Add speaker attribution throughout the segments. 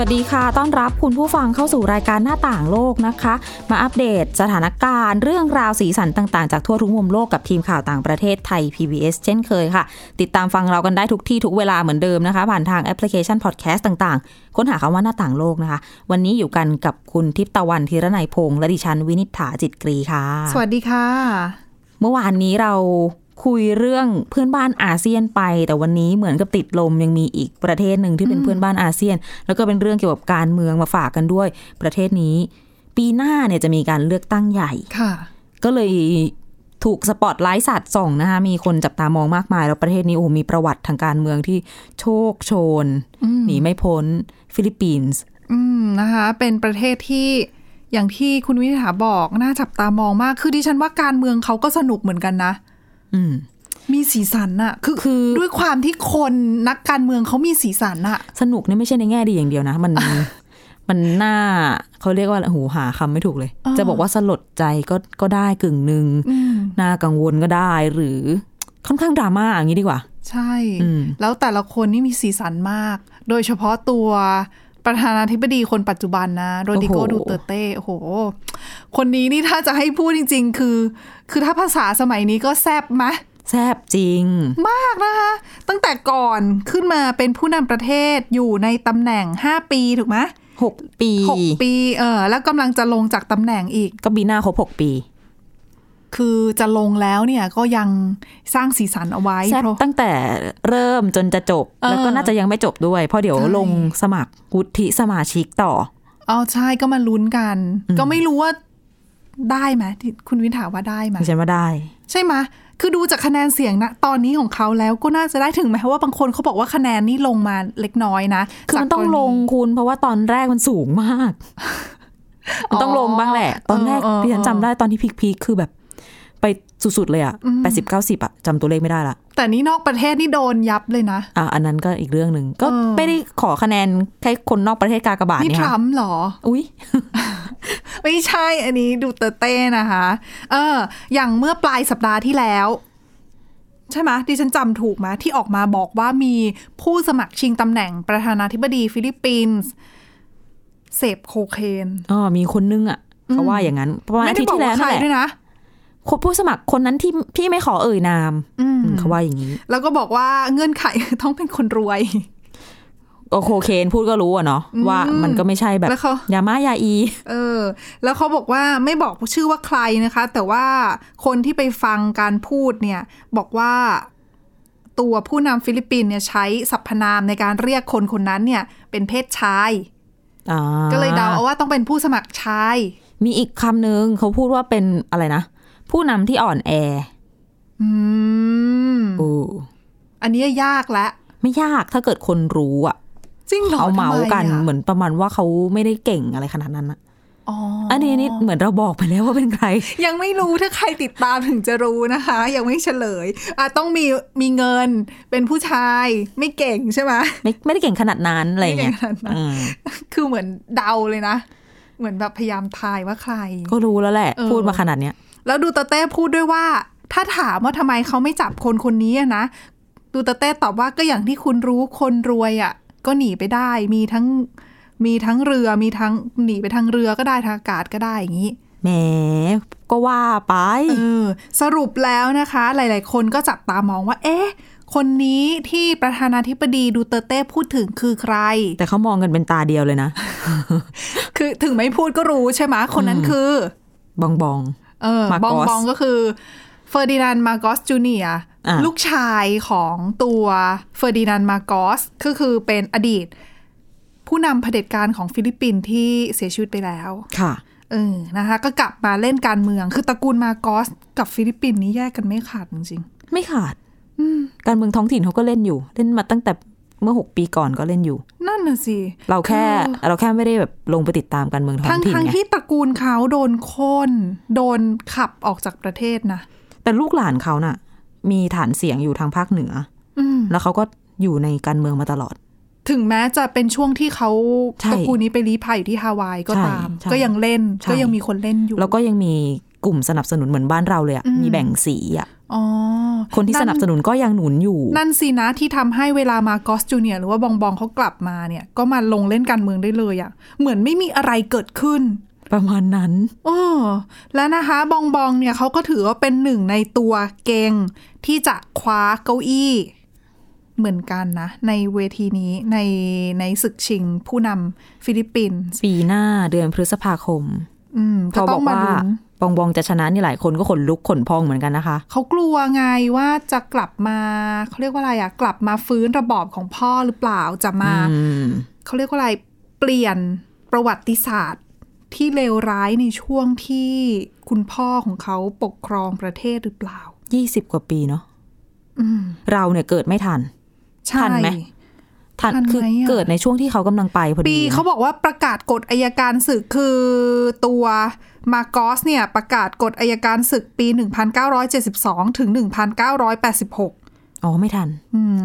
Speaker 1: สวัสดีค่ะ ต้อนรับคุณผู้ฟังเข้าสู่รายการหน้าต่างโลกนะคะ มาอัปเดตสถานการณ์เรื่องราวสีสันต่างๆ จากทั่วทุกมุมโลกกับทีมข่าวต่างประเทศไทย PBS เช่นเคยค่ะ ติดตามฟังเรากันได้ทุกที่ทุกเวลาเหมือนเดิมนะคะ ผ่านทางแอปพลิเคชันพอดแคสต์ต่างๆ ค้นหาคำว่าหน้าต่างโลกนะคะ วันนี้อยู่กันกับคุณทิพย์ตะวันธีรนัยพงษ์และดิฉันวินิษฐาจิตกรีค่ะ
Speaker 2: สวัสดีค่ะ
Speaker 1: เมื่อวานนี้เราคุยเรื่องเพื่อนบ้านอาเซียนไป แต่วันนี้เหมือนกับติดลมยังมีอีกประเทศหนึ่งที่เป็นเพื่อนบ้านอาเซียน แล้วก็เป็นเรื่องเกี่ยวกับการเมืองมาฝากกันด้วย ประเทศนี้ ปีหน้าเนี่ยจะมีการเลือกตั้งใหญ่
Speaker 2: ค่ะ
Speaker 1: ก็เลยถูกสปอตไลท์สัตว์ส่องนะคะมีคนจับตามองมากมาย แล้วประเทศนี้โอ้โหมีประวัติทางการเมืองที่โชคโชนหนีไม่พ้นฟิลิปปินส์
Speaker 2: อืมนะคะ เป็นประเทศที่อย่างที่คุณวินิษฐาบอกน่าจับตามองมาก คือดิฉันว่าการเมืองเขาก็สนุกเหมือนกันนะ
Speaker 1: อืม
Speaker 2: มีสีสันอะคือ
Speaker 1: คือ
Speaker 2: ด้วยความที่คนนักการเมืองเขามีสีสันอะ
Speaker 1: สนุกเนี่ยไม่ใช่ในแง่ดีอย่างเดียวนะ มัน มันน่าเขาเรียกว่าอะไรโอ้โหูหาคำไม่ถูกเลย จะบอกว่าสลดใจก็ก็ได้กึ่งหนึ่ง
Speaker 2: อืม
Speaker 1: น่ากังวลก็ได้หรือค่อนข้างดราม่าอย่างนี้ดีกว่า
Speaker 2: ใช่
Speaker 1: อืม
Speaker 2: แล้วแต่ละคนนี่มีสีสันมาก โดยเฉพาะตัวประธานาธิบดีคนปัจจุบันนะ โรดิโก
Speaker 1: โอ้โห
Speaker 2: ดูเตอร์เต้โอ้โห คนนี้นี่ถ้าจะให้พูดจริง ๆ คือ คือถ้าภาษาสมัยนี้ก็แซบมะ
Speaker 1: แซบจริง
Speaker 2: มากนะคะ ตั้งแต่ก่อนขึ้นมาเป็นผู้นำประเทศอยู่ในตำแหน่ง 5 ปีถูกไหม
Speaker 1: หกปี
Speaker 2: หกปีเออแล้วกำลังจะลงจากตำแหน่งอีก
Speaker 1: ก็ปีหน้าครบหกปี
Speaker 2: คือจะลงแล้วเนี่ยก็ยังสร้างสีสันเอาไว้
Speaker 1: แซบ
Speaker 2: เพราะ
Speaker 1: ตั้งแต่เริ่มจนจะจบ
Speaker 2: เออ
Speaker 1: แล้วก็น่าจะยังไม่จบด้วย เพราะเดี๋ยว
Speaker 2: ใช่
Speaker 1: ลงสมัครวุฒิสมาชิกต่อ
Speaker 2: อ๋อใช่ก็มาลุ้นกัน ก็ไม่รู้ว่าได้ไหมที่คุณวินถามว่าได้ไหม
Speaker 1: ดิฉันว่าได้
Speaker 2: ใช่ไหมคือดูจากคะแนนเสียงนะตอนนี้ของเขาแล้วก็น่าจะได้ถึงแม้ว่าบางคนเขาบอกว่าคะแนนนี่ลงมาเล็กน้อยนะ
Speaker 1: คือมันต้อง
Speaker 2: จากกรณี
Speaker 1: ลงคุณ เพราะว่าตอนแรกมันสูงมาก
Speaker 2: อ๋
Speaker 1: มัน
Speaker 2: อ
Speaker 1: ต้องลงบ้างแหละ ตอนแรก
Speaker 2: เออเออ
Speaker 1: ที่ฉันจำได้ตอนที่พีคๆคือแบบ ไปสุดๆเลยอะ
Speaker 2: อืม
Speaker 1: แปดสิบเก้าสิบอะจำตัวเลขไม่ได้ละ
Speaker 2: แต่นี่นอกประเทศนี่โดนยับเลยนะ
Speaker 1: อ่ะอันนั้นก็อีกเรื่องหนึ่งก็
Speaker 2: เออ
Speaker 1: ไม่ได้ขอคะแนนใครคนนอกประเทศกากบาท
Speaker 2: นี่
Speaker 1: เนี่ย
Speaker 2: ทรั
Speaker 1: ค่ะ
Speaker 2: มป์เหรอ
Speaker 1: อุ้ย
Speaker 2: ไม่ใช่อันนี้ดูเตอร์เต้นะคะ เออ อย่างเมื่อปลายสัปดาห์ที่แล้ว ใช่ไหมดิฉันจำถูกไหมที่ออกมาบอกว่ามีผู้สมัครชิงตำแหน่งประธานาธิบดีฟิลิปปินส์เสพโคเคน
Speaker 1: อ๋อมีคนนึงอะเขาว่าอย่างนั้นประมาณ
Speaker 2: ไม่
Speaker 1: อา
Speaker 2: ได้
Speaker 1: ทิตย์
Speaker 2: บอก
Speaker 1: ที่แล้ว
Speaker 2: ว่าใค
Speaker 1: นั่นแหละ
Speaker 2: รด้วยนะ
Speaker 1: คนผู้สมัครคนนั้นที่ที่ไม่ขอเอ่ยนาม
Speaker 2: อืม
Speaker 1: อืมเขาว่าอย่างนี้
Speaker 2: แล้วก็บอกว่าเงื่อนไข ต้องเป็นคนรวย
Speaker 1: ก็โคเคนพูดก็รู้อะเนาะว่ามันก็ไม่ใช่แบบ
Speaker 2: แล้วเขา
Speaker 1: ยาม่ายาอี
Speaker 2: เออ แล้วเขาบอกว่าไม่บอกชื่อว่าใครนะคะ แต่ว่าคนที่ไปฟังการพูดเนี่ย บอกว่าตัวผู้นำฟิลิปปินส์เนี่ยใช้สรรพนามในการเรียกคนคนนั้นเนี่ย เป็นเพศชาย
Speaker 1: อ่า
Speaker 2: ก็เลยเดาเอาว่าต้องเป็นผู้สมัครชาย
Speaker 1: มีอีกคำหนึ่งเขาพูดว่าเป็นอะไรนะผู้นำที่อ่อนแอ
Speaker 2: อืม
Speaker 1: โอ้
Speaker 2: อันนี้ยากและ
Speaker 1: ไม่ยากถ้าเกิดคนรู้อะ
Speaker 2: จริงเหรอ
Speaker 1: เขาเมาส์กัน
Speaker 2: ทำไะ
Speaker 1: เหมือนประมาณว่าเขาไม่ได้เก่งอะไรขนาดนั้นนะ
Speaker 2: อ๋อ
Speaker 1: อันนี้นี่เหมือนเราบอกไปแล้วว่าเป็นใคร
Speaker 2: ยังไม่รู้ถ้าใครติดตามถึงจะรู้นะคะ ยังไม่เฉลยอ่ะต้องมีมีเงินเป็นผู้ชายไม่เก่งใช่ไหม
Speaker 1: ไม่ไม่ได้เก่งขนาดนั้นอะไรอย่างเงี้ย
Speaker 2: ไม่เก่งขนาดนั้น
Speaker 1: อืม
Speaker 2: คือเหมือนเดาเลยนะ เหมือนแบบพยายามทายว่าใคร
Speaker 1: ก็รู้แล้วแหละ
Speaker 2: เออ
Speaker 1: พูดมาขนาดเนี้ย
Speaker 2: แล้วดูเตเต้พูดด้วยว่า ถ้าถามว่าทำไมเขาไม่จับคนคนนี้อะนะ ดูเตเต้ตอบว่าก็อย่างที่คุณรู้คนรวยอะ่ะ ก็หนีไปได้มีทั้งมีทั้งเรือมีทั้งหนีไปทางเรือก็ได้ทางอากาศก็ได้อย่างนี้
Speaker 1: แหมก็ว่าไป
Speaker 2: เออสรุปแล้วนะคะ หลาย ๆ คนก็จับตามองว่า เอ๊ะ คนนี้ที่ประธานาธิบดีดูเตเต้พูดถึงคือใคร
Speaker 1: แต่เขามองกันเป็นตาเดียวเลยนะ
Speaker 2: คือถึงไม่พูดก็รู้ใช่ไหมคนนั้นคือ
Speaker 1: บองบอง
Speaker 2: เออ
Speaker 1: มาร์
Speaker 2: บ
Speaker 1: ก
Speaker 2: อ
Speaker 1: องส
Speaker 2: บองก็คือเฟอร์ดินานด์มาร์กอสจูเนียร์
Speaker 1: อ่ะ
Speaker 2: ลูกชายของตัวเฟอร์ดินานด์มาร์กอสก็คือเป็นอดีต ผู้นำเผด็จการของฟิลิปปินส์ที่เสียชีวิตไปแล้ว
Speaker 1: ค่ะ
Speaker 2: เออนะคะก็กลับมาเล่นการเมือง คือตระกูลมาร์กอสกับฟิลิปปินส์นี้แยกกันไม่ขาดจริง
Speaker 1: ไม่ขาดการเมืองท้องถิ่นเขาก็เล่นอยู่ เล่นมาตั้งแต่เมื่อหกปีก่อนก็เล่นอยู่
Speaker 2: ๆ นั่นน่ะสิ
Speaker 1: เราแค่ เราแค่ไม่ได้แบบลงไปติดตามการเมืองท้อ
Speaker 2: ทั้
Speaker 1: ง
Speaker 2: ง
Speaker 1: ถิ่น
Speaker 2: ทั้ง
Speaker 1: ไง
Speaker 2: ที่ตระกูลเขาโดนโค่นโดนขับออกจากประเทศนะ
Speaker 1: แต่ลูกหลานเขาน่ะ มีฐานเสียงอยู่ทางภาคเหนือ
Speaker 2: อืม
Speaker 1: แล้วเขาก็อยู่ในการเมืองมาตลอด
Speaker 2: ถึงแม้จะเป็นช่วงที่เขา
Speaker 1: ใช่
Speaker 2: ตระกูลนี้ไปลี้ภัยอยู่ที่ฮาวายก็
Speaker 1: ใช่
Speaker 2: ตาม
Speaker 1: ใช่
Speaker 2: ก็ยังเล่น
Speaker 1: ใช่
Speaker 2: ก็ยังมีคนเล่นอยู่
Speaker 1: แล้วก็ยังมีกลุ่มสนับสนุนเหมือนบ้านเราเลยอะ
Speaker 2: อืม
Speaker 1: มีแบ่งสีอะ
Speaker 2: อ๋อ
Speaker 1: คนที่สนับสนุนก็ยังหนุนอยู่
Speaker 2: นั่นสินะที่ทำให้เวลามากอสจูเนียร์หรือว่าบองบองเขากลับมาเนี่ย ก็มาลงเล่นการเมืองได้เลยอะเหมือนไม่มีอะไรเกิดขึ้น
Speaker 1: ประมาณนั้น
Speaker 2: โอ้และนะคะบองบองเนี่ยเขาก็ถือว่าเป็นหนึ่งในตัวเก่งที่จะคว้าเก้าอี้ เหมือนกันนะ ในเวทีนี้ในในศึกชิงผู้นำฟิลิปปินส์
Speaker 1: ปีหน้าเดือนพฤษภาคม
Speaker 2: อืมก็
Speaker 1: เขาบ
Speaker 2: ต้อ
Speaker 1: อง ก
Speaker 2: มา
Speaker 1: ว่า
Speaker 2: ลุ้น
Speaker 1: บองบองจะชนะนี่หลายคนก็ขนลุกขนพองเหมือนกันนะคะ
Speaker 2: เขากลัวไงว่าจะกลับมาเขาเรียกว่าอะไรอะกลับมาฟื้นระบอบของพ่อหรือเปล่าจะมา
Speaker 1: อืม
Speaker 2: เขาเรียกว่าอะไร เปลี่ยนประวัติศาสตร์ที่เลวร้ายในช่วงที่คุณพ่อของเขาปกครองประเทศหรือเปล่า
Speaker 1: ยี่สิบกว่าปีเนาะ
Speaker 2: อืม
Speaker 1: เราเนี่ยเกิดไม่ทัน
Speaker 2: ใช่
Speaker 1: ทันไหม ทัน
Speaker 2: ทัน
Speaker 1: คือ
Speaker 2: ไหมะ
Speaker 1: เกิดในช่วงที่เขากำลังไปพอ
Speaker 2: ปี
Speaker 1: ดี
Speaker 2: เขาบอกว่าประกาศกฎอายการศึกคือตัวมาโกอสเนี่ย ประกาศกฎอายการศึกปี 1972 ถึง 1986
Speaker 1: อ๋อไม่ทัน
Speaker 2: อืม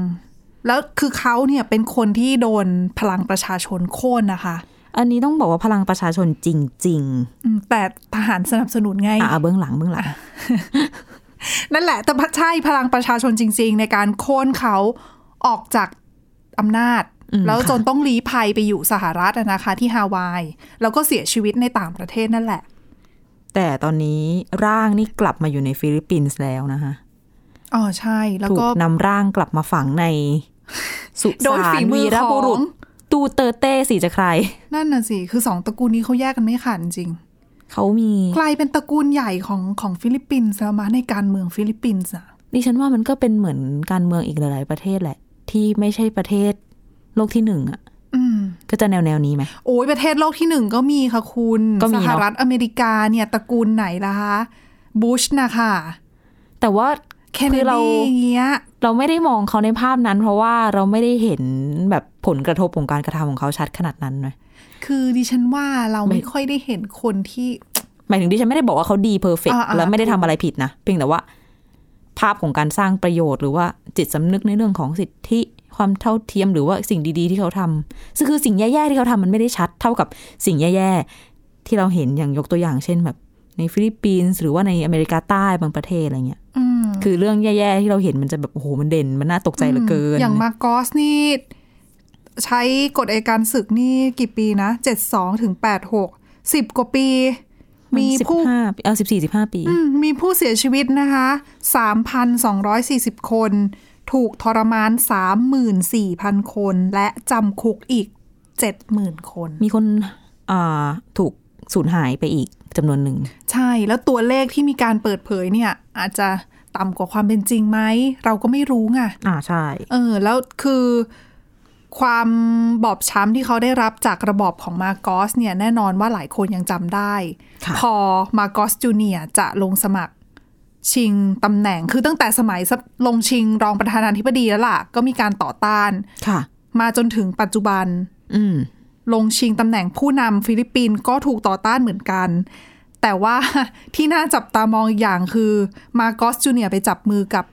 Speaker 2: แล้วคือเขาเนี่ยเป็นคนที่โดนพลังประชาชนโค่นนะคะ
Speaker 1: อันนี้ต้องบอกว่าพลังประชาชนจริง
Speaker 2: อืมแต่ทหารสนับสนุนไง
Speaker 1: ๆอ่ะเบื้องหลังเบื้องหลัง
Speaker 2: นั่นแหละ แต่ใช่พลังประชาชนจริง ๆ ในการโค่นเขาออกจากอำนาจ
Speaker 1: อืม
Speaker 2: แล้ว
Speaker 1: ค่ะ
Speaker 2: จนต้องลี้ภัยไปอยู่สหรัฐอะนะคะ ที่ฮาวาย แล้วก็เสียชีวิตในต่างประเทศนั่นแหละ
Speaker 1: แต่ตอนนี้ร่างนี่กลับมาอยู่ในฟิลิปปินส์แล้วนะคะ
Speaker 2: อ๋อใช่แล้ว
Speaker 1: ถูก
Speaker 2: ก็
Speaker 1: นำร่างกลับมาฝังใน สุ
Speaker 2: โดย
Speaker 1: สา
Speaker 2: ฝี
Speaker 1: น
Speaker 2: มื
Speaker 1: วี
Speaker 2: อ
Speaker 1: ร
Speaker 2: ข
Speaker 1: บุรุ
Speaker 2: อ
Speaker 1: ษ
Speaker 2: ง
Speaker 1: ตูเตอร์เต้สิจะใคร
Speaker 2: นั่นน่ะสิคือสองตระกูลนี้เขาแยกกันไม่ขาดจริง
Speaker 1: เขามี
Speaker 2: กลายเป็นตระกูลใหญ่ของของฟิลิปปินส์แล้วมาในการเมืองฟิลิปปินส์อะ
Speaker 1: ดิฉันว่ามันก็เป็นเหมือนการเมืองอีกหลายๆประเทศแหละ ที่ไม่ใช่ประเทศโลกที่หนึ่งอ่ะ
Speaker 2: อืม
Speaker 1: ก็จะแนวแนวๆนี้ไหม
Speaker 2: โอ้ยประเทศโลกที่หนึ่งก็มีค่ะคุณ
Speaker 1: ก็มี
Speaker 2: ส
Speaker 1: เนอะ
Speaker 2: หรัฐอเมริกาเนี่ยตระกูลไหนล่ะคะบุชนะคะ
Speaker 1: แต่ว่า
Speaker 2: เคนเน
Speaker 1: คือเรา
Speaker 2: ดีอย่างเงี้ย
Speaker 1: เราไม่ได้มองเขาในภาพนั้น เพราะว่าเราไม่ได้เห็นแบบผลกระทบของการกระทำของเขาชัดขนาดนั้นไหม
Speaker 2: คือดิฉันว่าเรา
Speaker 1: ไม่
Speaker 2: ไม่ค่อยได้เห็นคนที่
Speaker 1: หมายถึงดิฉันไม่ได้บอกว่าเขาดีเพอร์เฟก
Speaker 2: อ่าอ่า
Speaker 1: และไม่ได้ทำอะไรผิดนะ เพียงแต่ว่า ภาพของการสร้างประโยชน์หรือว่าจิตสำนึกในเรื่องของสิทธิความเท่าเทียมหรือว่าสิ่งดีๆ ที่เขาทำซึ่งคือสิ่งแย่ๆที่เขาทำมันไม่ได้ชัดเท่ากับสิ่งแย่ๆที่เราเห็นอย่างยกตัวอย่างเช่นแบบในฟิลิปปินส์หรือว่าในอเมริกาใต้บางประเทศอะไรเงี้ย
Speaker 2: อืม
Speaker 1: คือเรื่องแย่ๆที่เราเห็นมันจะแบบโอ้โหมันเด่นมันน่าตกใจเหลือเกิน
Speaker 2: อย่างมาโกอสนี่ ใช้กฎอัยการศึกนี่กี่ปีนะเจ็ดสองถึงแปดหกสิบกว่าปี มีผู้
Speaker 1: ห้าเอาสิบสี่สิบห้าปี
Speaker 2: อืมมีผู้เสียชีวิตนะคะสามพันสองร้อยสี่สิบคน ถูกทรมานสามหมื่นสี่พันคน และจำคุกอีกเจ็ดหมื่นคน
Speaker 1: มีคนอ่าถูกสูญหายไปอีกจำนวนหนึ่ง
Speaker 2: ใช่แล้วตัวเลขที่มีการเปิดเผยเนี่ย อาจจะต่ำกว่าความเป็นจริงไหม เราก็ไม่รู้ไง
Speaker 1: อ่าใช่
Speaker 2: เออแล้วคือความบอบช้ำที่เขาได้รับจากระบอบของมาโกอสเนี่ยแน่นอนว่าหลายคนยังจำได้
Speaker 1: ค่ะ
Speaker 2: พอมาโกอสจูเนียร์จะลงสมัครชิงตำแหน่งคือตั้งแต่สมัยลงชิงรองประธานาธิบดีแล้วล่ะ ก็มีการต่อต้าน
Speaker 1: ค่ะ
Speaker 2: มาจนถึงปัจจุบัน
Speaker 1: อืม
Speaker 2: ลงชิงตำแหน่งผู้นำฟิลิปปินส์ก็ถูกต่อต้านเหมือนกัน แต่ว่า ที่น่าจับตามองอีกอย่างคือ มาโกอสจูเนียร์ไปจับมือกับ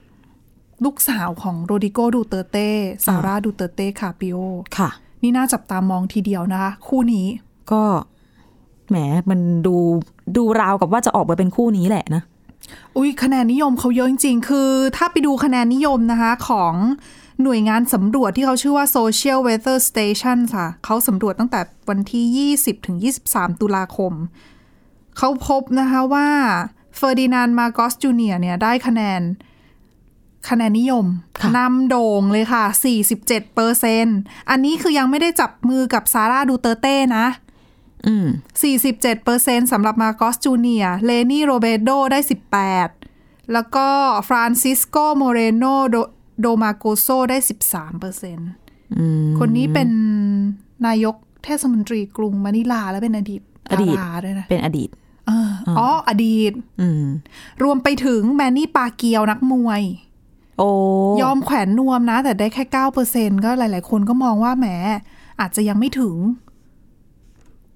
Speaker 2: ลูกสาวของโรดิโกดูเตอร์เต้ซาร่าดูเตอร์เต้คาปิโอ
Speaker 1: ค่ะ
Speaker 2: นี่น่าจับตามองทีเดียวนะคะ คู่นี้
Speaker 1: ก็แหมมันดูดูราวกับว่าจะออกมาเป็นคู่นี้แหละนะ
Speaker 2: อุ้ยคะแนนนิยมเขาเยอะจริงๆ คือถ้าไปดูคะแนนนิยมนะคะของหน่วยงานสำรวจที่เขาชื่อว่า Social Weather Station ค่ะ เขาสำรวจตั้งแต่วันที่ 20 ถึง 23 ตุลาคม เขาพบนะคะว่าเฟอร์ดินานมาโกสจูเนียเนี่ยได้คะแนน คะแนนนิยม
Speaker 1: ค่ะ
Speaker 2: นำโด่งเลยค่ะ 47เปอร์เซนอันนี้คือยังไม่ได้จับมือกับซาร่าดูเตอร์เต้นะ
Speaker 1: อืม
Speaker 2: 47%สำหรับมาโกสจูเนียเลนี่โรเบโดได้ 18 แล้วก็ฟรานซิสโกโมเรโนโดมาโกโซได้ 13%
Speaker 1: อืม
Speaker 2: คนนี้เป็นนายกเทศมนตรีกรุงมะนิลาและเป็นอดีต
Speaker 1: อดีต
Speaker 2: าราด้วยนะ
Speaker 1: เป็นอดีต
Speaker 2: เอออ๋ออดีต
Speaker 1: อืม
Speaker 2: รวมไปถึงแมนนี่ปาเกียวนักมวย
Speaker 1: โอ้
Speaker 2: ยอมแขวนนวมนะ แต่ได้แค่ 9%ก็หลาย ๆ คนก็มองว่าแหมอาจจะยังไม่ถึง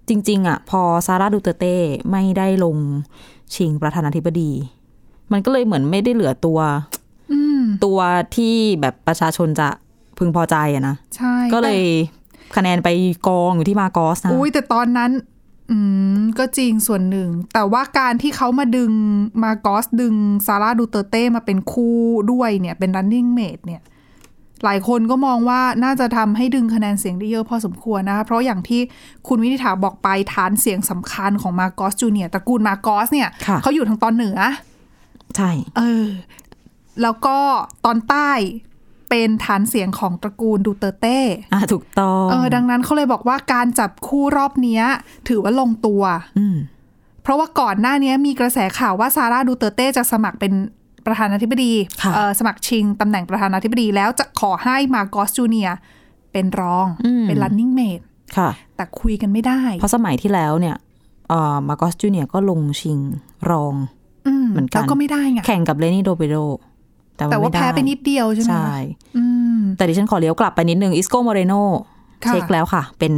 Speaker 1: จริง ๆ อ่ะ พอซาร่าดูเตอร์เต้ไม่ได้ลงชิงประธานาธิบดี มันก็เลยเหมือนไม่ได้เหลือตัว
Speaker 2: อืม
Speaker 1: ตัวที่แบบประชาชนจะ พึงพอใจอะนะ
Speaker 2: ใช่
Speaker 1: ก็เลยคะแนนไปกองอยู่ที่มาโกอส
Speaker 2: แต่
Speaker 1: นะ
Speaker 2: อุ้ยแต่ตอนนั้น อืม ก็จริงส่วนหนึ่ง แต่ว่าการที่เขามาดึงมาโกอสดึงซาร่าดูเตอร์เต้มาเป็นคู่ด้วยเนี่ย เป็น running mate เนี่ย หลายคนก็มองว่าน่าจะทำให้ดึงคะแนนเสียงได้เยอะพอสมควรนะคะเพราะอย่างที่คุณวินิฐาบอกไปฐานเสียงสำคัญของมาโกอสจูเนียร์ตระกูลมาโกอสเนี่ย
Speaker 1: ค่ะ
Speaker 2: เขาอยู่ทางตอนเหนือ
Speaker 1: ใช่
Speaker 2: เออ แล้วก็ตอนใต้เป็นฐานเสียงของตระกูลดูเตอร์เต้
Speaker 1: อ่ะถูกต้อง
Speaker 2: เออ ดังนั้นเขาเลยบอกว่าการจับคู่รอบเนี้ย ถือว่าลงตัว
Speaker 1: อืม
Speaker 2: เพราะว่าก่อนหน้าเนี้ยมีกระแสข่าวว่าซาร่าดูเตอร์เต้จะสมัครเป็นประธานาธิบดี
Speaker 1: ค่ะ
Speaker 2: เออสมัครชิงตำแหน่งประธานาธิบดีแล้วจะขอให้มาโกอสจูเนียร์เป็นรองเป็น running mate
Speaker 1: ค่ะ
Speaker 2: แต่คุยกันไม่ได้
Speaker 1: เพราะสมัยที่แล้วเนี่ยเอ่อมาโกอสจูเนียร์ก็ลงชิงรอง
Speaker 2: อืม
Speaker 1: เหมือนกัน
Speaker 2: แล้วก็ไม่ได้ไง
Speaker 1: แข่งกับเลนี่โดเปโด
Speaker 2: แต่ว่า
Speaker 1: ม่
Speaker 2: แพ้ไปนิดเดียวใช่ไหม
Speaker 1: ใช่
Speaker 2: อืม
Speaker 1: แต่ดิฉันขอเลี้ยวกลับไปนิดนึงอิสโกโมเรโน
Speaker 2: ค่ะ
Speaker 1: เช็คแล้วค่ะ เป็น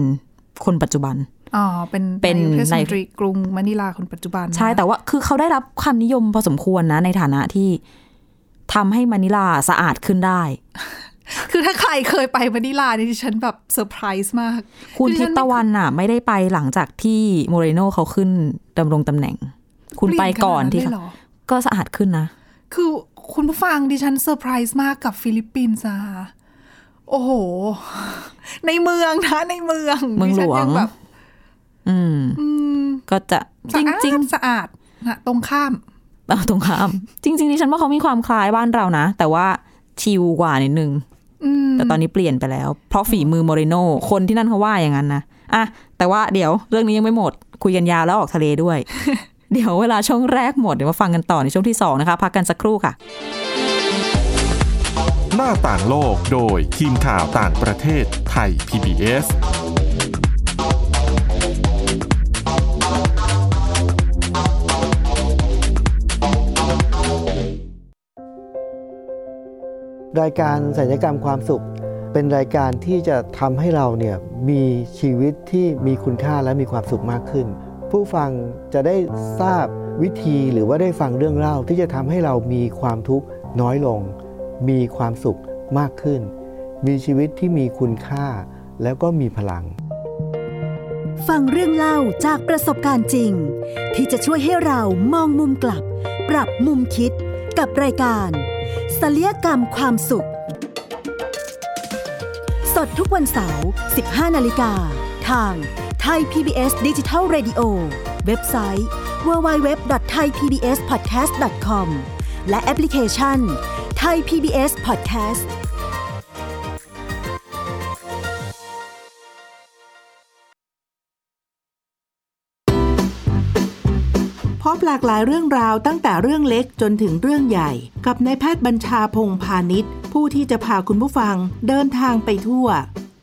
Speaker 1: คนปัจจุบัน
Speaker 2: อ๋อเป็น
Speaker 1: เป็น
Speaker 2: ายกเทศม
Speaker 1: ใน
Speaker 2: นตรีกรุงมะนิลาคนปัจจุบัน
Speaker 1: ใช่
Speaker 2: นะ
Speaker 1: แต่ว่าคือเขาได้รับความนิยมพอสมควรนะ ในฐานะที่ทำให้มะนิลาสะอาดขึ้นได้
Speaker 2: คือถ้าใครเคยไปมะนิลาเนี่ยดิฉันแบบเซอร์ไพรส์มาก
Speaker 1: คุณ
Speaker 2: อดิ
Speaker 1: ทิ
Speaker 2: ฉั
Speaker 1: พย์
Speaker 2: นไม่
Speaker 1: ตะวันน่ะ ไม่ได้ไปหลังจากที่โมเรโนเขาขึ้นดำรงตำแหน่ง คุณไปก่อนที่
Speaker 2: เปลี่
Speaker 1: เขา
Speaker 2: ยขนาดเลยเหรอ
Speaker 1: ก็สะอาดขึ้นนะ
Speaker 2: คือคุณผู้ฟังดิฉันเซอร์ไพรส์มากกับฟิลิปปินส์อะโอ้โห ในเมืองนะ ในเมือง
Speaker 1: เมืองหลวง
Speaker 2: ดิฉันยัแบบ
Speaker 1: อืม
Speaker 2: อืม
Speaker 1: ก็จะจ
Speaker 2: สะ
Speaker 1: ริง
Speaker 2: อาด
Speaker 1: จริง
Speaker 2: สะอาดนะตรงข้าม
Speaker 1: ๆเอาตรงข้าม จริงๆดิฉันว่าเขามีความคล้ายบ้านเรานะ แต่ว่าชิลกว่านิดนึง
Speaker 2: อืม
Speaker 1: แต่ตอนนี้เปลี่ยนไปแล้ว เพราะฝีมือโมเรโนคนที่นั่นเขาว่าอย่างนั้นนะอ่ะแต่ว่าเดี๋ยวเรื่องนี้ยังไม่หมด คุยกันยาวแล้วออกทะเลด้วย เดี๋ยวเวลาช่วงแรกหมด เดี๋ยวมาฟังกันต่อในช่วงที่ 2 นะคะ พักกันสักครู่ค่ะ
Speaker 3: หน้าต่างโลกโดยทีมข่าวต่างประเทศไทย PBS
Speaker 4: รายการสัญญกรรมความสุข เป็นรายการที่จะทำให้เราเนี่ยมีชีวิตที่มีคุณค่าและมีความสุขมากขึ้น ผู้ฟังจะได้ทราบวิธีหรือว่าได้ฟังเรื่องเล่าที่จะทำให้เรามีความทุกข์น้อยลง มีความสุขมากขึ้น มีชีวิตที่มีคุณค่าแล้วก็มีพลัง
Speaker 5: ฟังเรื่องเล่าจากประสบการณ์จริง ที่จะช่วยให้เรามองมุมกลับ ปรับมุมคิดกับรายการศัลยกรรมความสุข สดทุกวันเสาร์ 15 นาฬิกา ทางไทย PBS d i g i ดิจิ Radio เว็บไซต์ www.thaipbspodcast.com และแอปพลิเคชัน Thai PBS Podcast
Speaker 6: พบหลากหลายเรื่องราวตั้งแต่เรื่องเล็กจนถึงเรื่องใหญ่ กับนายแพทย์บัญชาพงษ์พาณิชย์ ผู้ที่จะพาคุณผู้ฟังเดินทางไปทั่ว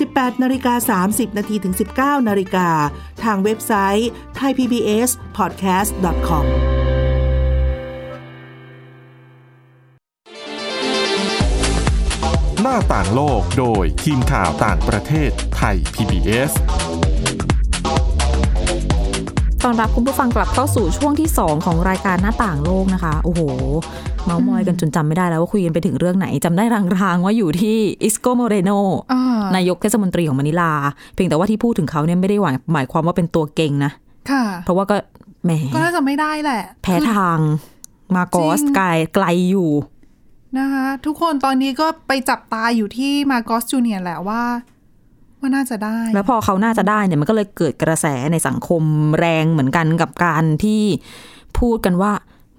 Speaker 6: 18 นาฬิกา 30 นาทีถึง 19 นาฬิกา ทางเว็บไซต์ thaipbspodcast.com
Speaker 3: หน้าต่างโลกโดยทีมข่าวต่างประเทศไทย PBS
Speaker 1: ตอนรับคุณผู้ฟังกลับเข้าสู่ช่วงที่ 2 ของรายการหน้าต่างโลกนะคะ โอ้โห เมามอยกันจนจำไม่ได้แล้วว่าคุยกันไปถึงเรื่องไหนจำได้รางๆว่าอยู่ที่อิสโกโมเรโน
Speaker 2: อ่าน
Speaker 1: ายกเทศมนตรีของมะนิลา เพียงแต่ว่าที่พูดถึงเขาเนี่ยไม่ได้หมายหมายความว่าเป็นตัวเก่งนะ
Speaker 2: ค่ะ
Speaker 1: เพราะว่าก็แหม
Speaker 2: ก็น่าจะไม่ได้แหละ
Speaker 1: แพ้ทางมาโกอส
Speaker 2: จริง
Speaker 1: ไกลไกลอยู่
Speaker 2: นะคะทุกคนตอนนี้ก็ไปจับตาอยู่ที่มาโกอสจูเนียร์แหละว่า ว่าน่าจะได้
Speaker 1: แล้วพอเขาน่าจะได้เนี่ยมันก็เลยเกิดกระแสในสังคมแรงเหมือนกันกับการที่พูดกันว่า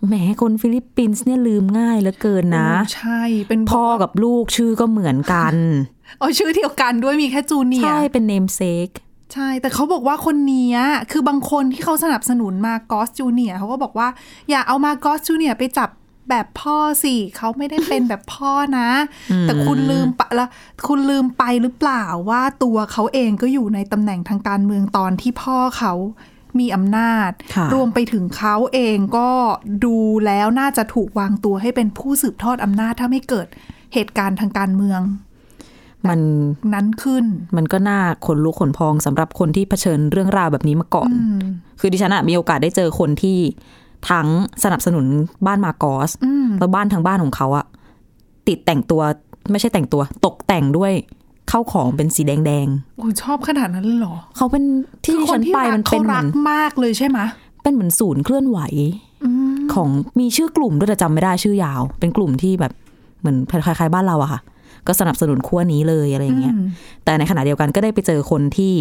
Speaker 1: แหมคนฟิลิปปินส์เนี่ยลืมง่ายเหลือเกินนะ
Speaker 2: อืมใช่เป็น
Speaker 1: พ่อกับลูกชื่อก็เหมือนกัน
Speaker 2: เอาชื่อเดียวกันด้วยมีแค่จู เนียร์
Speaker 1: ใช่เป็นเนมเซก
Speaker 2: ใช่ แต่เขาบอกว่าคนเนี้ยคือบางคนที่เขาสนับสนุนมาโกอสจูเนียร์เขาก็บอกว่าอย่าเอามาโกอสจูเนียร์ไปจับ แบบพ่อสิเขาไม่ได้เป็นแบบพ่อนะ แต่คุณลืมไปละคุณลืมไปหรือเปล่าว่าตัวเขาเองก็อยู่ในตำแหน่งทางการเมืองตอนที่พ่อเขามีอำนาจ
Speaker 5: ค่ะ
Speaker 2: รวมไปถึงเขาเองก็ดูแล้วน่าจะถูกวางตัวให้เป็นผู้สืบทอดอำนาจถ้าไม่เกิดเหตุการณ์ทางการเมือง
Speaker 1: มัน
Speaker 2: นั้นขึ้น
Speaker 1: มันก็น่าขนลุกขนพองสำหรับคนที่เผชิญเรื่องราวแบบนี้มาก่อน
Speaker 2: อืม
Speaker 1: คือดิฉันอะมีโอกาสได้เจอคนที่ทั้งสนับสนุนบ้านมาโกอส
Speaker 2: อืม
Speaker 1: แล้วบ้านทางบ้านของเขาอะติดแต่งตัวไม่ใช่แต่งตัวตกแต่งด้วยเข้าวของเป็นสีแดง
Speaker 2: โอ้ยชอบขนาดนั้นเลยเหรอ
Speaker 1: ๆเขาเป็นที่ดิ
Speaker 2: ค
Speaker 1: ฉั
Speaker 2: น
Speaker 1: น
Speaker 2: ที่
Speaker 1: ไป
Speaker 2: รัก
Speaker 1: มัน
Speaker 2: เขา
Speaker 1: เป็นเหมื
Speaker 2: รั
Speaker 1: อก น
Speaker 2: มากเลยใช่ไหม
Speaker 1: เป็นเหมือนศูนย์เคลื่อนไหว
Speaker 2: อืม
Speaker 1: ของมีชื่อกลุ่มด้วยแต่จำไม่ได้ชื่อยาว เป็นกลุ่มที่แบบเหมือนคล้ายๆบ้านเราอะค่ะ ก็สนับสนุนขั้วนี้เลยอะไรอย่างเงี้ย
Speaker 2: อืม
Speaker 1: แต่ในขณะเดียวกันก็ได้ไปเจอคนที่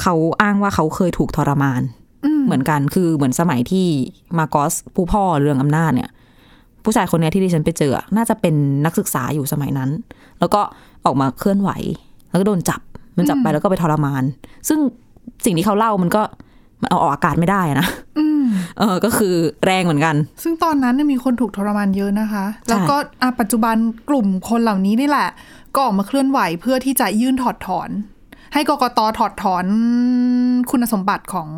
Speaker 1: เขาอ้างว่าเขาเคยถูกทรมาน เหมือนกันคือเหมือนสมัยที่มาโกอสผู้พ่อเรื่องอำนาจเนี่ย ผู้ชายคนเนี้ยที่ดิฉันไปเจอ น่าจะเป็นนักศึกษาอยู่สมัยนั้น แล้วก็ออกมาเคลื่อนไหว แล้วก็โดนจับ มันจับไปแล้วก็ไปทรมาน ซึ่งสิ่งที่เขาเล่ามันก็มันเอาออกอากาศไม่ได้อะนะ
Speaker 2: อืม
Speaker 1: เออ ก็คือแรงเหมือนกัน
Speaker 2: ซึ่งตอนนั้นเนี่ยมีคนถูกทรมานเยอะนะคะ แล้วก็อ่ะปัจจุบันกลุ่มคนเหล่านี้นี่แหละ ก็ออกมาเคลื่อนไหวเพื่อที่จะยื่นถอดถอน ให้กกตถอดถอนคุณสมบัติของ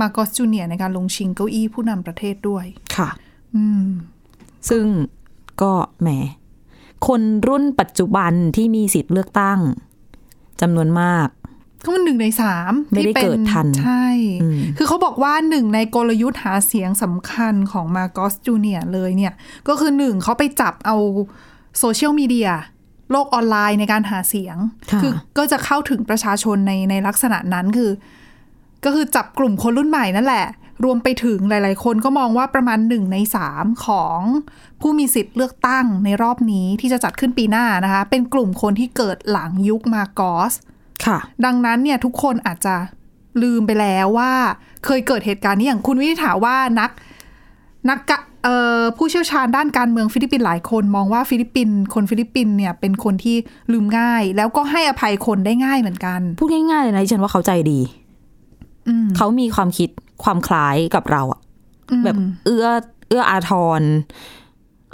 Speaker 2: มาโกสจูเนียในการลงชิงเก้าอี้ผู้นำประเทศด้วย
Speaker 1: ค่ะ
Speaker 2: อืม
Speaker 1: ซึ่งก็แหม คนรุ่นปัจจุบันที่มีสิทธิ์เลือกตั้งจำนวนมาก
Speaker 2: ก็มันหนึ่งในสาม
Speaker 1: ไม่ได้
Speaker 2: ที่ป็
Speaker 1: เกิดทัน
Speaker 2: ใช่
Speaker 1: อืม
Speaker 2: คือเขาบอกว่าหนึ่งในกลยุทธ์หาเสียงสำคัญของมาโกสจูเนียเลยเนี่ย ก็คือหนึ่งเขาไปจับเอาโซเชียลมีเดียโลกออนไลน์ในการหาเสียง
Speaker 1: ค่ะ
Speaker 2: อก็จะเข้าถึงประชาชนในในลักษณะนั้นคือ ก็คือจับกลุ่มคนรุ่นใหม่นั่นแหละ รวมไปถึงหลาย ๆ คนก็มองว่าประมาณหนึ่งในสามของผู้มีสิทธิ์เลือกตั้งในรอบนี้ที่จะจัดขึ้นปีหน้านะคะ เป็นกลุ่มคนที่เกิดหลังยุคมาโกส
Speaker 1: ค่ะ
Speaker 2: ดังนั้นเนี่ยทุกคนอาจจะลืมไปแล้วว่า เคยเกิดเหตุการณ์นี้อย่างคุณวินิถาว่านักนักกะเอ่อผู้เชี่ยวชาญด้านการเมืองฟิลิปปินส์หลายคนมองว่าฟิลิปปินส์คนฟิลิปปินส์เนี่ยเป็นคนที่ลืมง่าย แล้วก็ให้อภัยคนได้ง่ายเหมือนกัน
Speaker 1: พูดง่ายๆเลยนะดิฉันว่าเขาใจดี
Speaker 2: อืม
Speaker 1: เขามีความคิดความคล้ายกับเราอะแบบเอื้อเอื้ออาทร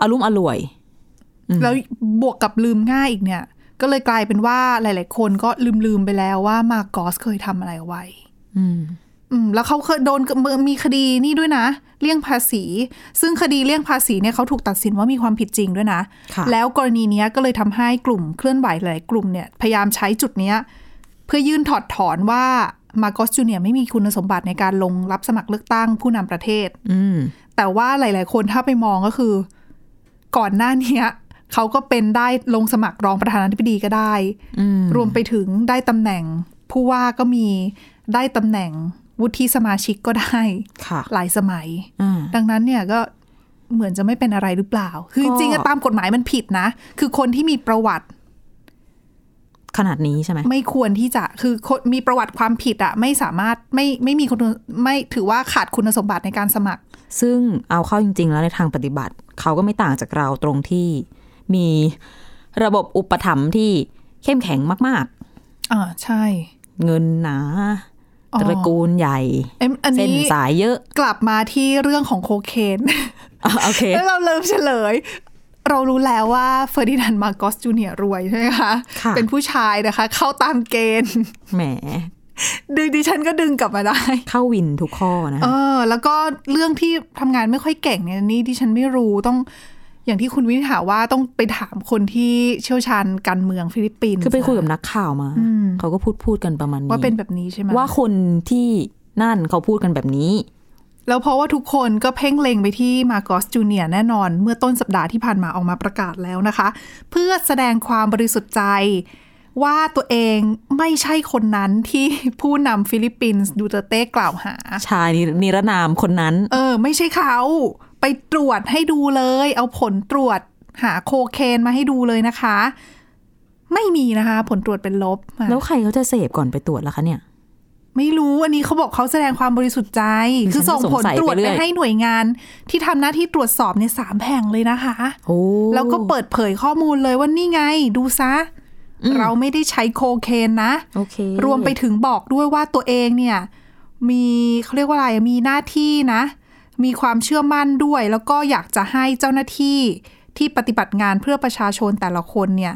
Speaker 1: อารุ่มอร่วย
Speaker 2: แล้วบวกกับลืมง่ายอีกเนี่ย ก็เลยกลายเป็นว่าหลาย ๆ คนก็ลืมลืมๆไปแล้วว่ามาโกอสเคยทำอะไรเอาไว้
Speaker 1: อืม
Speaker 2: อืมแล้วเขาเคยโดนมีคดีนี่ด้วยนะ เลี่ยงภาษี ซึ่งคดีเลี่ยงภาษีเนี่ยเขาถูกตัดสินว่ามีความผิดจริงด้วยนะ
Speaker 1: ค่ะ
Speaker 2: แล้วกรณีเนี้ยก็เลยทำให้กลุ่มเคลื่อนไหวหลายกลุ่มเนี่ยพยายามใช้จุดเนี้ยเพื่อยื่นถอดถอนว่ามาโกสจูเนียไม่มีคุณสมบัติในการลงรับสมัครเลือกตั้งผู้นำประเทศ
Speaker 1: อืม
Speaker 2: แต่ว่าหลาย ๆ คนถ้าไปมองก็คือ ก่อนหน้าเนี้ยเขาก็เป็นได้ลงสมัครรองประธานาธิบดีก็ได้
Speaker 1: อืม
Speaker 2: รวมไปถึงได้ตำแหน่ง ผู้ว่าก็มีได้ตำแหน่งวุฒิสมาชิกก็ได้
Speaker 1: ค่ะ
Speaker 2: หลายสมัย
Speaker 1: อ่า
Speaker 2: ดังนั้นเนี่ยก็เหมือนจะไม่เป็นอะไรหรือเปล่า คือ
Speaker 1: ก็
Speaker 2: จริงๆอะตามกฎหมายมันผิดนะ คือคนที่มีประวัติ
Speaker 1: ขนาดนี้ใช่ไหม
Speaker 2: ไม่ควรที่จะคือคนมีประวัติความผิดอะไม่สามารถไม่ไม่มีคุณไม่ถือว่าขาดคุณสมบัติในการสมัคร
Speaker 1: ซึ่งเอาเข้าจริง ๆ แล้วในทางปฏิบัติ เขาก็ไม่ต่างจากเราตรงที่มีระบบอุปถัมภ์ที่เข้มแข็งมาก
Speaker 2: อ่าใช่
Speaker 1: ๆ เงินหนา
Speaker 2: อ๋อ
Speaker 1: ตระกูลใหญ่
Speaker 2: เอ็มอัน
Speaker 1: เส้น
Speaker 2: นี้
Speaker 1: สายเยอะ
Speaker 2: กลับมาที่เรื่องของโคเคน
Speaker 1: อ่ะโอเค
Speaker 2: แล้วเราเริ่มเฉลย เรารู้แล้วว่าเฟอร์ดินานด์มาโกสจูเนียร์รวยใช่ไหมคะ
Speaker 1: ค่ะ
Speaker 2: เป็นผู้ชายนะคะ เข้าตามเกณฑ์
Speaker 1: แหม
Speaker 2: ดึงดิฉันก็ดึงกลับมาได้
Speaker 1: เข้าวินทุกข้อนะ
Speaker 2: เออ แล้วก็เรื่องที่ทำงานไม่ค่อยเก่งเนี่ยนี่ดิฉันไม่รู้ต้อง อย่างที่คุณวินิถาว่าต้องไปถามคนที่เชี่ยวชาญการเมืองฟิลิปปินส์
Speaker 1: คือไปคุยกับนักข่าวมา
Speaker 2: อืม
Speaker 1: เขาก็พูดพูดกันประมาณนี้
Speaker 2: ว่าเป็นแบบนี้ใช่ไหม
Speaker 1: ว่าคนที่นั่นเขาพูดกันแบบนี้
Speaker 2: แล้วเพราะว่าทุกคนก็เพ่งเล็งไปที่มาโกสจูเนียร์แน่นอน เมื่อต้นสัปดาห์ที่ผ่านมาออกมาประกาศแล้วนะคะ เพื่อแสดงความบริสุทธิ์ใจ ว่าตัวเองไม่ใช่คนนั้นที่ผู้นำฟิลิปปินส์ดูเตอร์เต้กล่าวหา
Speaker 1: ชายนิรนามคนนั้น
Speaker 2: เออ ไม่ใช่เขา ไปตรวจให้ดูเลย เอาผลตรวจหาโคเคนมาให้ดูเลยนะคะ ไม่มีนะคะ ผลตรวจเป็นลบอ่ะ
Speaker 1: แล้วใครเขาจะเสพก่อนไปตรวจล่ะคะเนี่ย
Speaker 2: ไม่รู้อันนี้เขาบอกเขาแสดงความบริสุทธิ์ใจ
Speaker 1: ดิฉัน
Speaker 2: คือส่ง
Speaker 1: ก็สง
Speaker 2: ผล
Speaker 1: สัย
Speaker 2: ตรวจ
Speaker 1: ไปเรื่
Speaker 2: ไป
Speaker 1: อย
Speaker 2: ให้หน่วยงาน ที่ทำหน้าที่ตรวจสอบในยสามแห่งเลยนะคะ
Speaker 1: โอ้
Speaker 2: แล้วก็เปิดเผยข้อมูลเลยว่านี่ไง ดูซะ
Speaker 1: อืม
Speaker 2: เราไม่ได้ใช้โคเคนนะ
Speaker 1: โอเค
Speaker 2: รวมไปถึงบอกด้วยว่าตัวเองเนี่ย มีเขาเรียกว่าอะไรมีหน้าที่นะ มีความเชื่อมั่นด้วย แล้วก็อยากจะให้เจ้าหน้าที่ที่ปฏิบัติงานเพื่อประชาชนแต่ละคนเนี่ย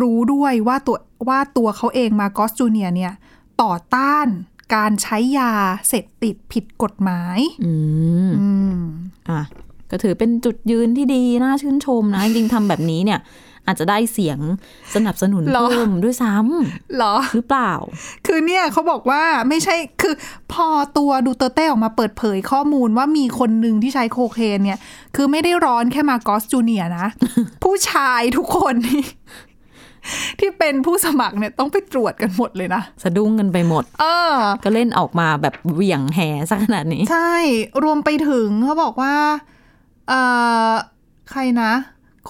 Speaker 2: รู้ด้วยว่าตัวว่าตัวเขาเองมาร์กอสจูเนียร์เนี่ยต่อต้านการใช้ยาเสพติดผิดกฎหมาย
Speaker 1: อืม
Speaker 2: อืม
Speaker 1: อ่ะก็ถือเป็นจุดยืนที่ดีน่าชื่นชมนะ จริงๆทำแบบนี้เนี่ย อาจจะได้เสียงสนับสนุน
Speaker 2: หรอ
Speaker 1: เพิ่มด้วยซ้ำ
Speaker 2: เหรอ
Speaker 1: หรือเปล่า
Speaker 2: คือเนี่ยเขาบอกว่าไม่ใช่คือพอตัวดูเตอร์เต้ออกมาเปิดเผยข้อมูลว่ามีคนหนึ่งที่ใช้โคเคนเนี่ย คือไม่ได้ร้อนแค่มาร์กอสจูเนีย ร์นะ ผู้ชายทุกคนที่ ที่เป็นผู้สมัครเนี่ยต้องไปตรวจกันหมดเลยนะ
Speaker 1: สะดุ้งกันไปหมด
Speaker 2: เออ
Speaker 1: ก็เล่นออกมาแบบเหวี่ยงแหซะขนาดนี้
Speaker 2: ใช่ รวมไปถึงเขาบอกว่าเอ่อใครนะ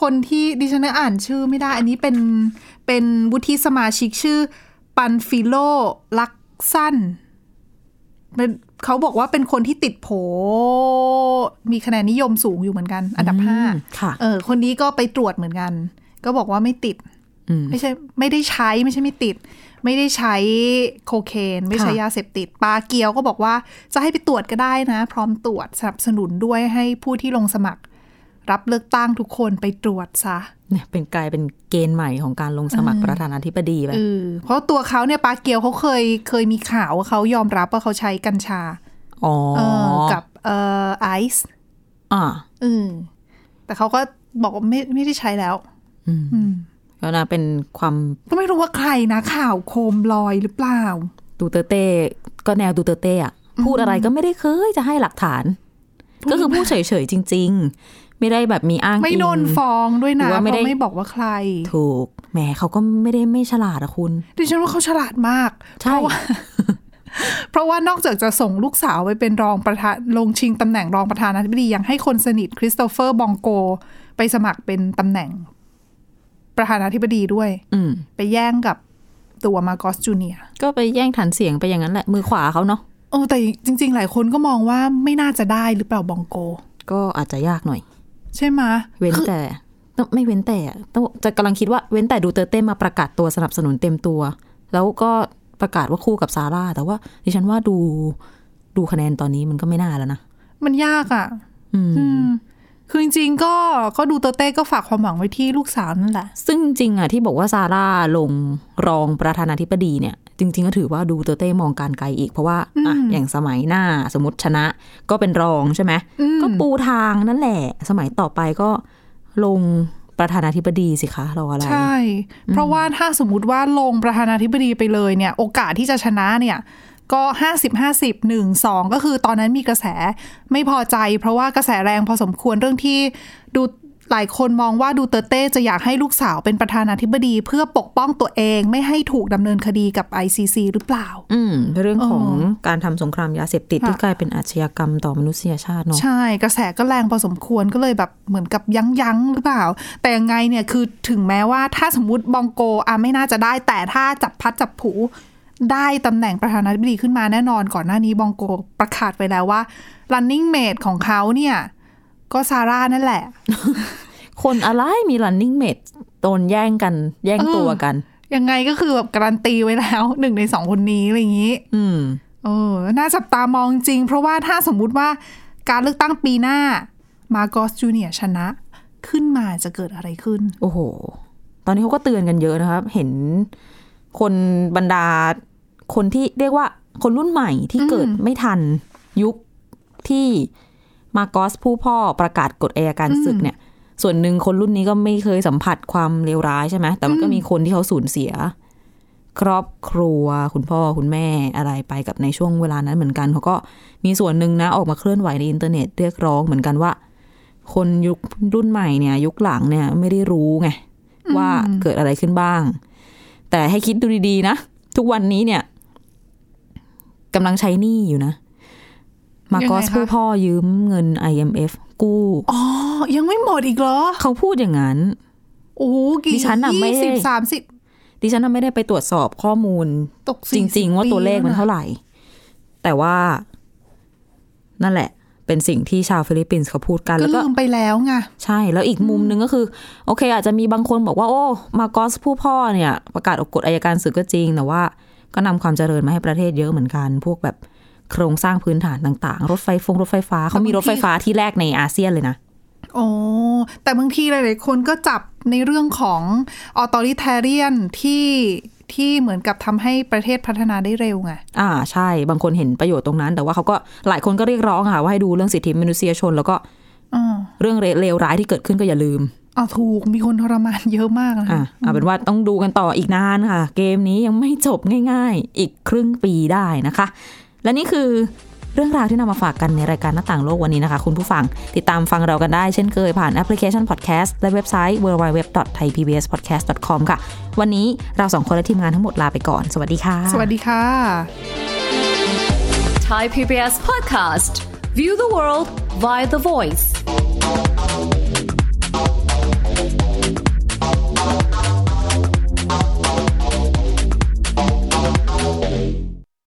Speaker 2: คนที่ดิฉันอ่านชื่อไม่ได้ อันนี้เป็นเป็นวุฒิสมาชิกชื่อ ปันฟิโลลักสั้นเป็นเขาบอกว่าเป็นคนที่ติดโผ มีคะแนนนิยมสูงอยู่เหมือนกัน อันดับ
Speaker 1: อืม
Speaker 2: ห้า
Speaker 1: ค่ะ
Speaker 2: เออ คนนี้ก็ไปตรวจเหมือนกัน ก็บอกว่าไม่ติด
Speaker 1: อืม
Speaker 2: ไม่ใช่ไม่ได้ใช้ไม่ใช่ไม่ติด ไม่ได้ใช้โคเคน ไม่ใช้
Speaker 1: ค่ะ
Speaker 2: ยาเสพติดปาเกียวก็บอกว่าจะให้ไปตรวจก็ได้นะ พร้อมตรวจสนับสนุนด้วยให้ผู้ที่ลงสมัคร รับเลือกตั้งทุกคนไปตรวจซะ
Speaker 1: เนี่ยเป็นกลายเป็นเกณฑ์ใหม่ของการลงสมัครประธานาธิบดีไป
Speaker 2: เออเพราะตัวเขาเนี่ยปาเกียวเขาเคยเคยมีข่าวว่าเขายอมรับว่าเขาใช้กัญชา
Speaker 1: อ๋อ
Speaker 2: เออกับเอ่อไอซ์
Speaker 1: อ่า
Speaker 2: เออแต่เขาก็บอกว่าไม่ไม่ได้ใช้แล้ว อืม
Speaker 1: ก็นะเป็นความ
Speaker 2: ก็ไม่รู้ว่าใครนะข่าวโคมลอยหรือเปล่า
Speaker 1: ดูเตอร์เต้ก็แนวดูเตอร์เต้อะพูดอะไรก็ไม่ได้เคยจะให้หลักฐาน ก็คือพูดเฉยๆจริง ๆ ไม่ได้แบบมีอ้าง
Speaker 2: ไม่
Speaker 1: อิง
Speaker 2: โดนฟ้องด้วย
Speaker 1: หรื
Speaker 2: นะ
Speaker 1: อว่า
Speaker 2: เพ
Speaker 1: ไม่ได้
Speaker 2: ราะไม่บอกว่าใคร
Speaker 1: ถูกแหมเขาก็ไม่ได้ไม่ฉลาดอะคุณ
Speaker 2: ดิฉันว่าเขาฉลาดมาก
Speaker 1: ใช่
Speaker 2: เพราะว่านอกจากจะส่งลูกสาวไปเป็นรองประธานลงชิงตำแหน่งรองประธานาธิบดียังให้คนสนิทคริสโตเฟอร์บองโก ไปสมัครเป็นตำแหน่ง ประธานาธิบดีด้วย
Speaker 1: อืม
Speaker 2: ไปแย่งกับตัวมาร์กอสจูเนียร์
Speaker 1: ก็ไปแย่งฐานเสียงไปอย่างนั้นแหละ มือขวาเขาเนาะ
Speaker 2: โอ้แต่จริง ๆ หลายคนก็มองว่าไม่น่าจะได้หรือเปล่าบองโก
Speaker 1: ก็อาจจะยากหน่อย
Speaker 2: ใช่ไหมะ
Speaker 1: เว้น
Speaker 2: คือ
Speaker 1: แต่ต้องไม่เว้นแต่อะต้องจะกำลังคิดว่าเว้นแต่ดูเตอร์เต้มาประกาศตัวสนับสนุนเต็มตัว แล้วก็ประกาศว่าคู่กับซาร่าแต่ว่าดิฉันว่าดูดูคะแนนตอนนี้มันก็ไม่น่าแล้วนะ
Speaker 2: มันยากอ่ะ
Speaker 1: อืม
Speaker 2: อืม คือจริง ๆ ก็ก็ดูเตอร์เต้ก็ฝากความหวังไว้ที่ลูกสาวนั่นแหละ
Speaker 1: ซึ่งจริงๆอะที่บอกว่าซาร่าลงรองประธานาธิบดีเนี่ย จริง ๆ ก็ถือว่าดูเตอร์เต้มองการไกลอีก เพราะว่าอ่ะอย่างสมัยหน้าสมมติชนะก็เป็นรองใช่ไหมก็ปูทางนั่นแหละ สมัยต่อไปก็ลงประธานาธิบดีสิคะเราอะไร
Speaker 2: ใช่ เพราะว่าถ้าสมมติว่าลงประธานาธิบดีไปเลยเนี่ย โอกาสที่จะชนะเนี่ย ก็ห้าสิบห้าสิบหนึ่งสองก็คือตอนนั้นมีกระแสไม่พอใจ เพราะว่ากระแสแรงพอสมควรเรื่องที่ดูหลายคนมองว่าดูเตอร์เต้จะอยากให้ลูกสาวเป็นประธานาธิบดี เพื่อปกป้องตัวเองไม่ให้ถูกดำเนินคดีกับ ICC หรือเปล่า
Speaker 1: อืมเรื่องของ
Speaker 2: อ๋อ
Speaker 1: การทำสงครามยาเสพติด
Speaker 2: ค่ะ
Speaker 1: ที่กลายเป็นอาชญากรรมต่อมนุษยชาติเนาะ
Speaker 2: ใช่กระแสก็แรงพอสมควรก็เลยแบบเหมือนกับยั้งยั้งๆหรือเปล่า แต่ยังไงเนี่ยคือถึงแม้ว่าถ้าสมมติบองโกอ่ะไม่น่าจะได้ แต่ถ้าจับพัดจับผูได้ตำแหน่งประธานาธิบดีขึ้นมาแน่นอนก่อนหน้านี้บองโกประกาศไปแล้วว่า running mate ของเขาเนี่ย ก็ซาร่านั่นแหละ
Speaker 1: คนอะไรมี running mate โดนแย่งกันแย่ง
Speaker 2: เออ
Speaker 1: ตัวกัน
Speaker 2: ยังไงก็คือแบบการันตีไว้แล้ว หนึ่งในสองคนนี้อะไรอย่างนี้
Speaker 1: อืม
Speaker 2: เออ น่าจับตามองจริง เพราะว่าถ้าสมมุติว่าการเลือกตั้งปีหน้ามาร์กอสจูเนียชนะขึ้นมาจะเกิดอะไรขึ้น
Speaker 1: โอ้โห ตอนนี้เขาก็เตือนกันเยอะนะครับ เห็นคนบรรดาคนที่เรียกว่าคนรุ่นใหม่ที่เกิดไม่ทันยุคที่มาร์กอสผู้พ่อประกาศกฎอายการศึกเนี่ย ส่วนหนึ่งคนรุ่นนี้ก็ไม่เคยสัมผัสความเลวร้ายใช่ไหม แต่มันก็มีคนที่เขาสูญเสีย ครอบครัวคุณพ่อคุณแม่อะไรไปกับในช่วงเวลานั้นเหมือนกันเขาก็มีส่วนหนึ่งนะออกมาเคลื่อนไหวในอินเทอร์เน็ตเรียกร้องเหมือนกันว่า คนยุครุ่นใหม่เนี่ย ยุคหลังเนี่ยไม่ได้รู้ไง ว่าเกิดอะไรขึ้นบ้าง แต่ให้คิดดูดีๆนะ ทุกวันนี้เนี่ยกำลังใช้หนี้อยู่นะ มาร์กอส
Speaker 2: ยังไงคะ
Speaker 1: ผู้พ่อยืมเงิน IMF กู้
Speaker 2: อ๋อยังไม่หมดอีกเหรอ
Speaker 1: เขาพูดอย่างนั้น
Speaker 2: โอ้โหกี่
Speaker 1: ดิฉันน่ะไม่
Speaker 2: ยี่
Speaker 1: ได้
Speaker 2: สิบสามสิบ
Speaker 1: ดิฉันน่ะไม่ได้ไปตรวจสอบข้อมูล
Speaker 2: ตก
Speaker 1: จ
Speaker 2: 40
Speaker 1: ริง ๆ ว่าตัวเลขมันเท่า
Speaker 2: ปี
Speaker 1: ไหร่ แต่ว่า นั่นแหละ เป็นสิ่งที่ชาวฟิลิปปินส์เขาพูดกัน
Speaker 2: แล้
Speaker 1: แล้ว ว
Speaker 2: นะก็
Speaker 1: ก็
Speaker 2: ลืมไปแล้วไง
Speaker 1: ใช่แล้วอีกมุมหนึ่งก็คือ โอเค อาจจะมีบางคนบอกว่า โอ้มาร์กอสผู้พ่อเนี่ย ประกาศออกกฎอายการศึกก็จริง แต่ว่าก็นำความเจริญมาให้ประเทศเยอะเหมือนกัน พวกแบบ โครงสร้างพื้นฐานต่างๆ รถไฟฟงรถไฟฟ้าเขามีรถไฟฟ้าที่แรกในอาเซียนเลยนะ
Speaker 2: โอ้แต่บางทีหลาย ๆ คนก็จับในเรื่องของออตอริเทเรียนที่ที่เหมือนกับทำให้ประเทศพัฒนาได้เร็วไง
Speaker 1: อ่าใช่บางคนเห็นประโยชน์ตรงนั้น แต่ว่าเขาก็หลายคนก็เรียกร้องอะค่ะว่าให้ดูเรื่องสิทธิมนุษยชน แล้วก็
Speaker 2: อ่า
Speaker 1: เรื่องเลวร้ายที่เกิดขึ้นก็อย่าลืม
Speaker 2: อ๋อถูกมีคนทรมานเยอะมากนะ
Speaker 1: อ่ะเอาเป็นว่าต้องดูกันต่ออีกนานค่ะ เกมนี้ยังไม่จบง่ายๆ อีกครึ่งปีได้นะคะ และนี่คือเรื่องราวที่นำมาฝากกันในรายการหน้าต่างโลกวันนี้นะคะ คุณผู้ฟังติดตามฟังเรากันได้เช่นเคยผ่านแอปพลิเคชัน Podcast และเว็บไซต์ www.thaipbspodcast.com ค่ะ วันนี้เราสองคนและทีมงานทั้งหมดลาไปก่อน สวัสดีค่ะ
Speaker 2: สวัสดีค่ะ
Speaker 7: Thai PBS podcast. View the world via the voice.